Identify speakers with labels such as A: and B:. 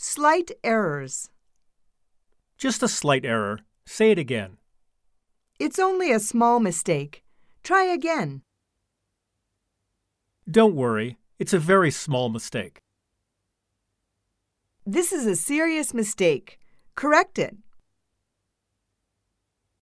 A: Slight errors.
B: Just a slight error. Say it again.
A: It's only a small mistake. Try again.
B: Don't worry, it's a very small mistake.
A: This is a serious mistake. Correct it.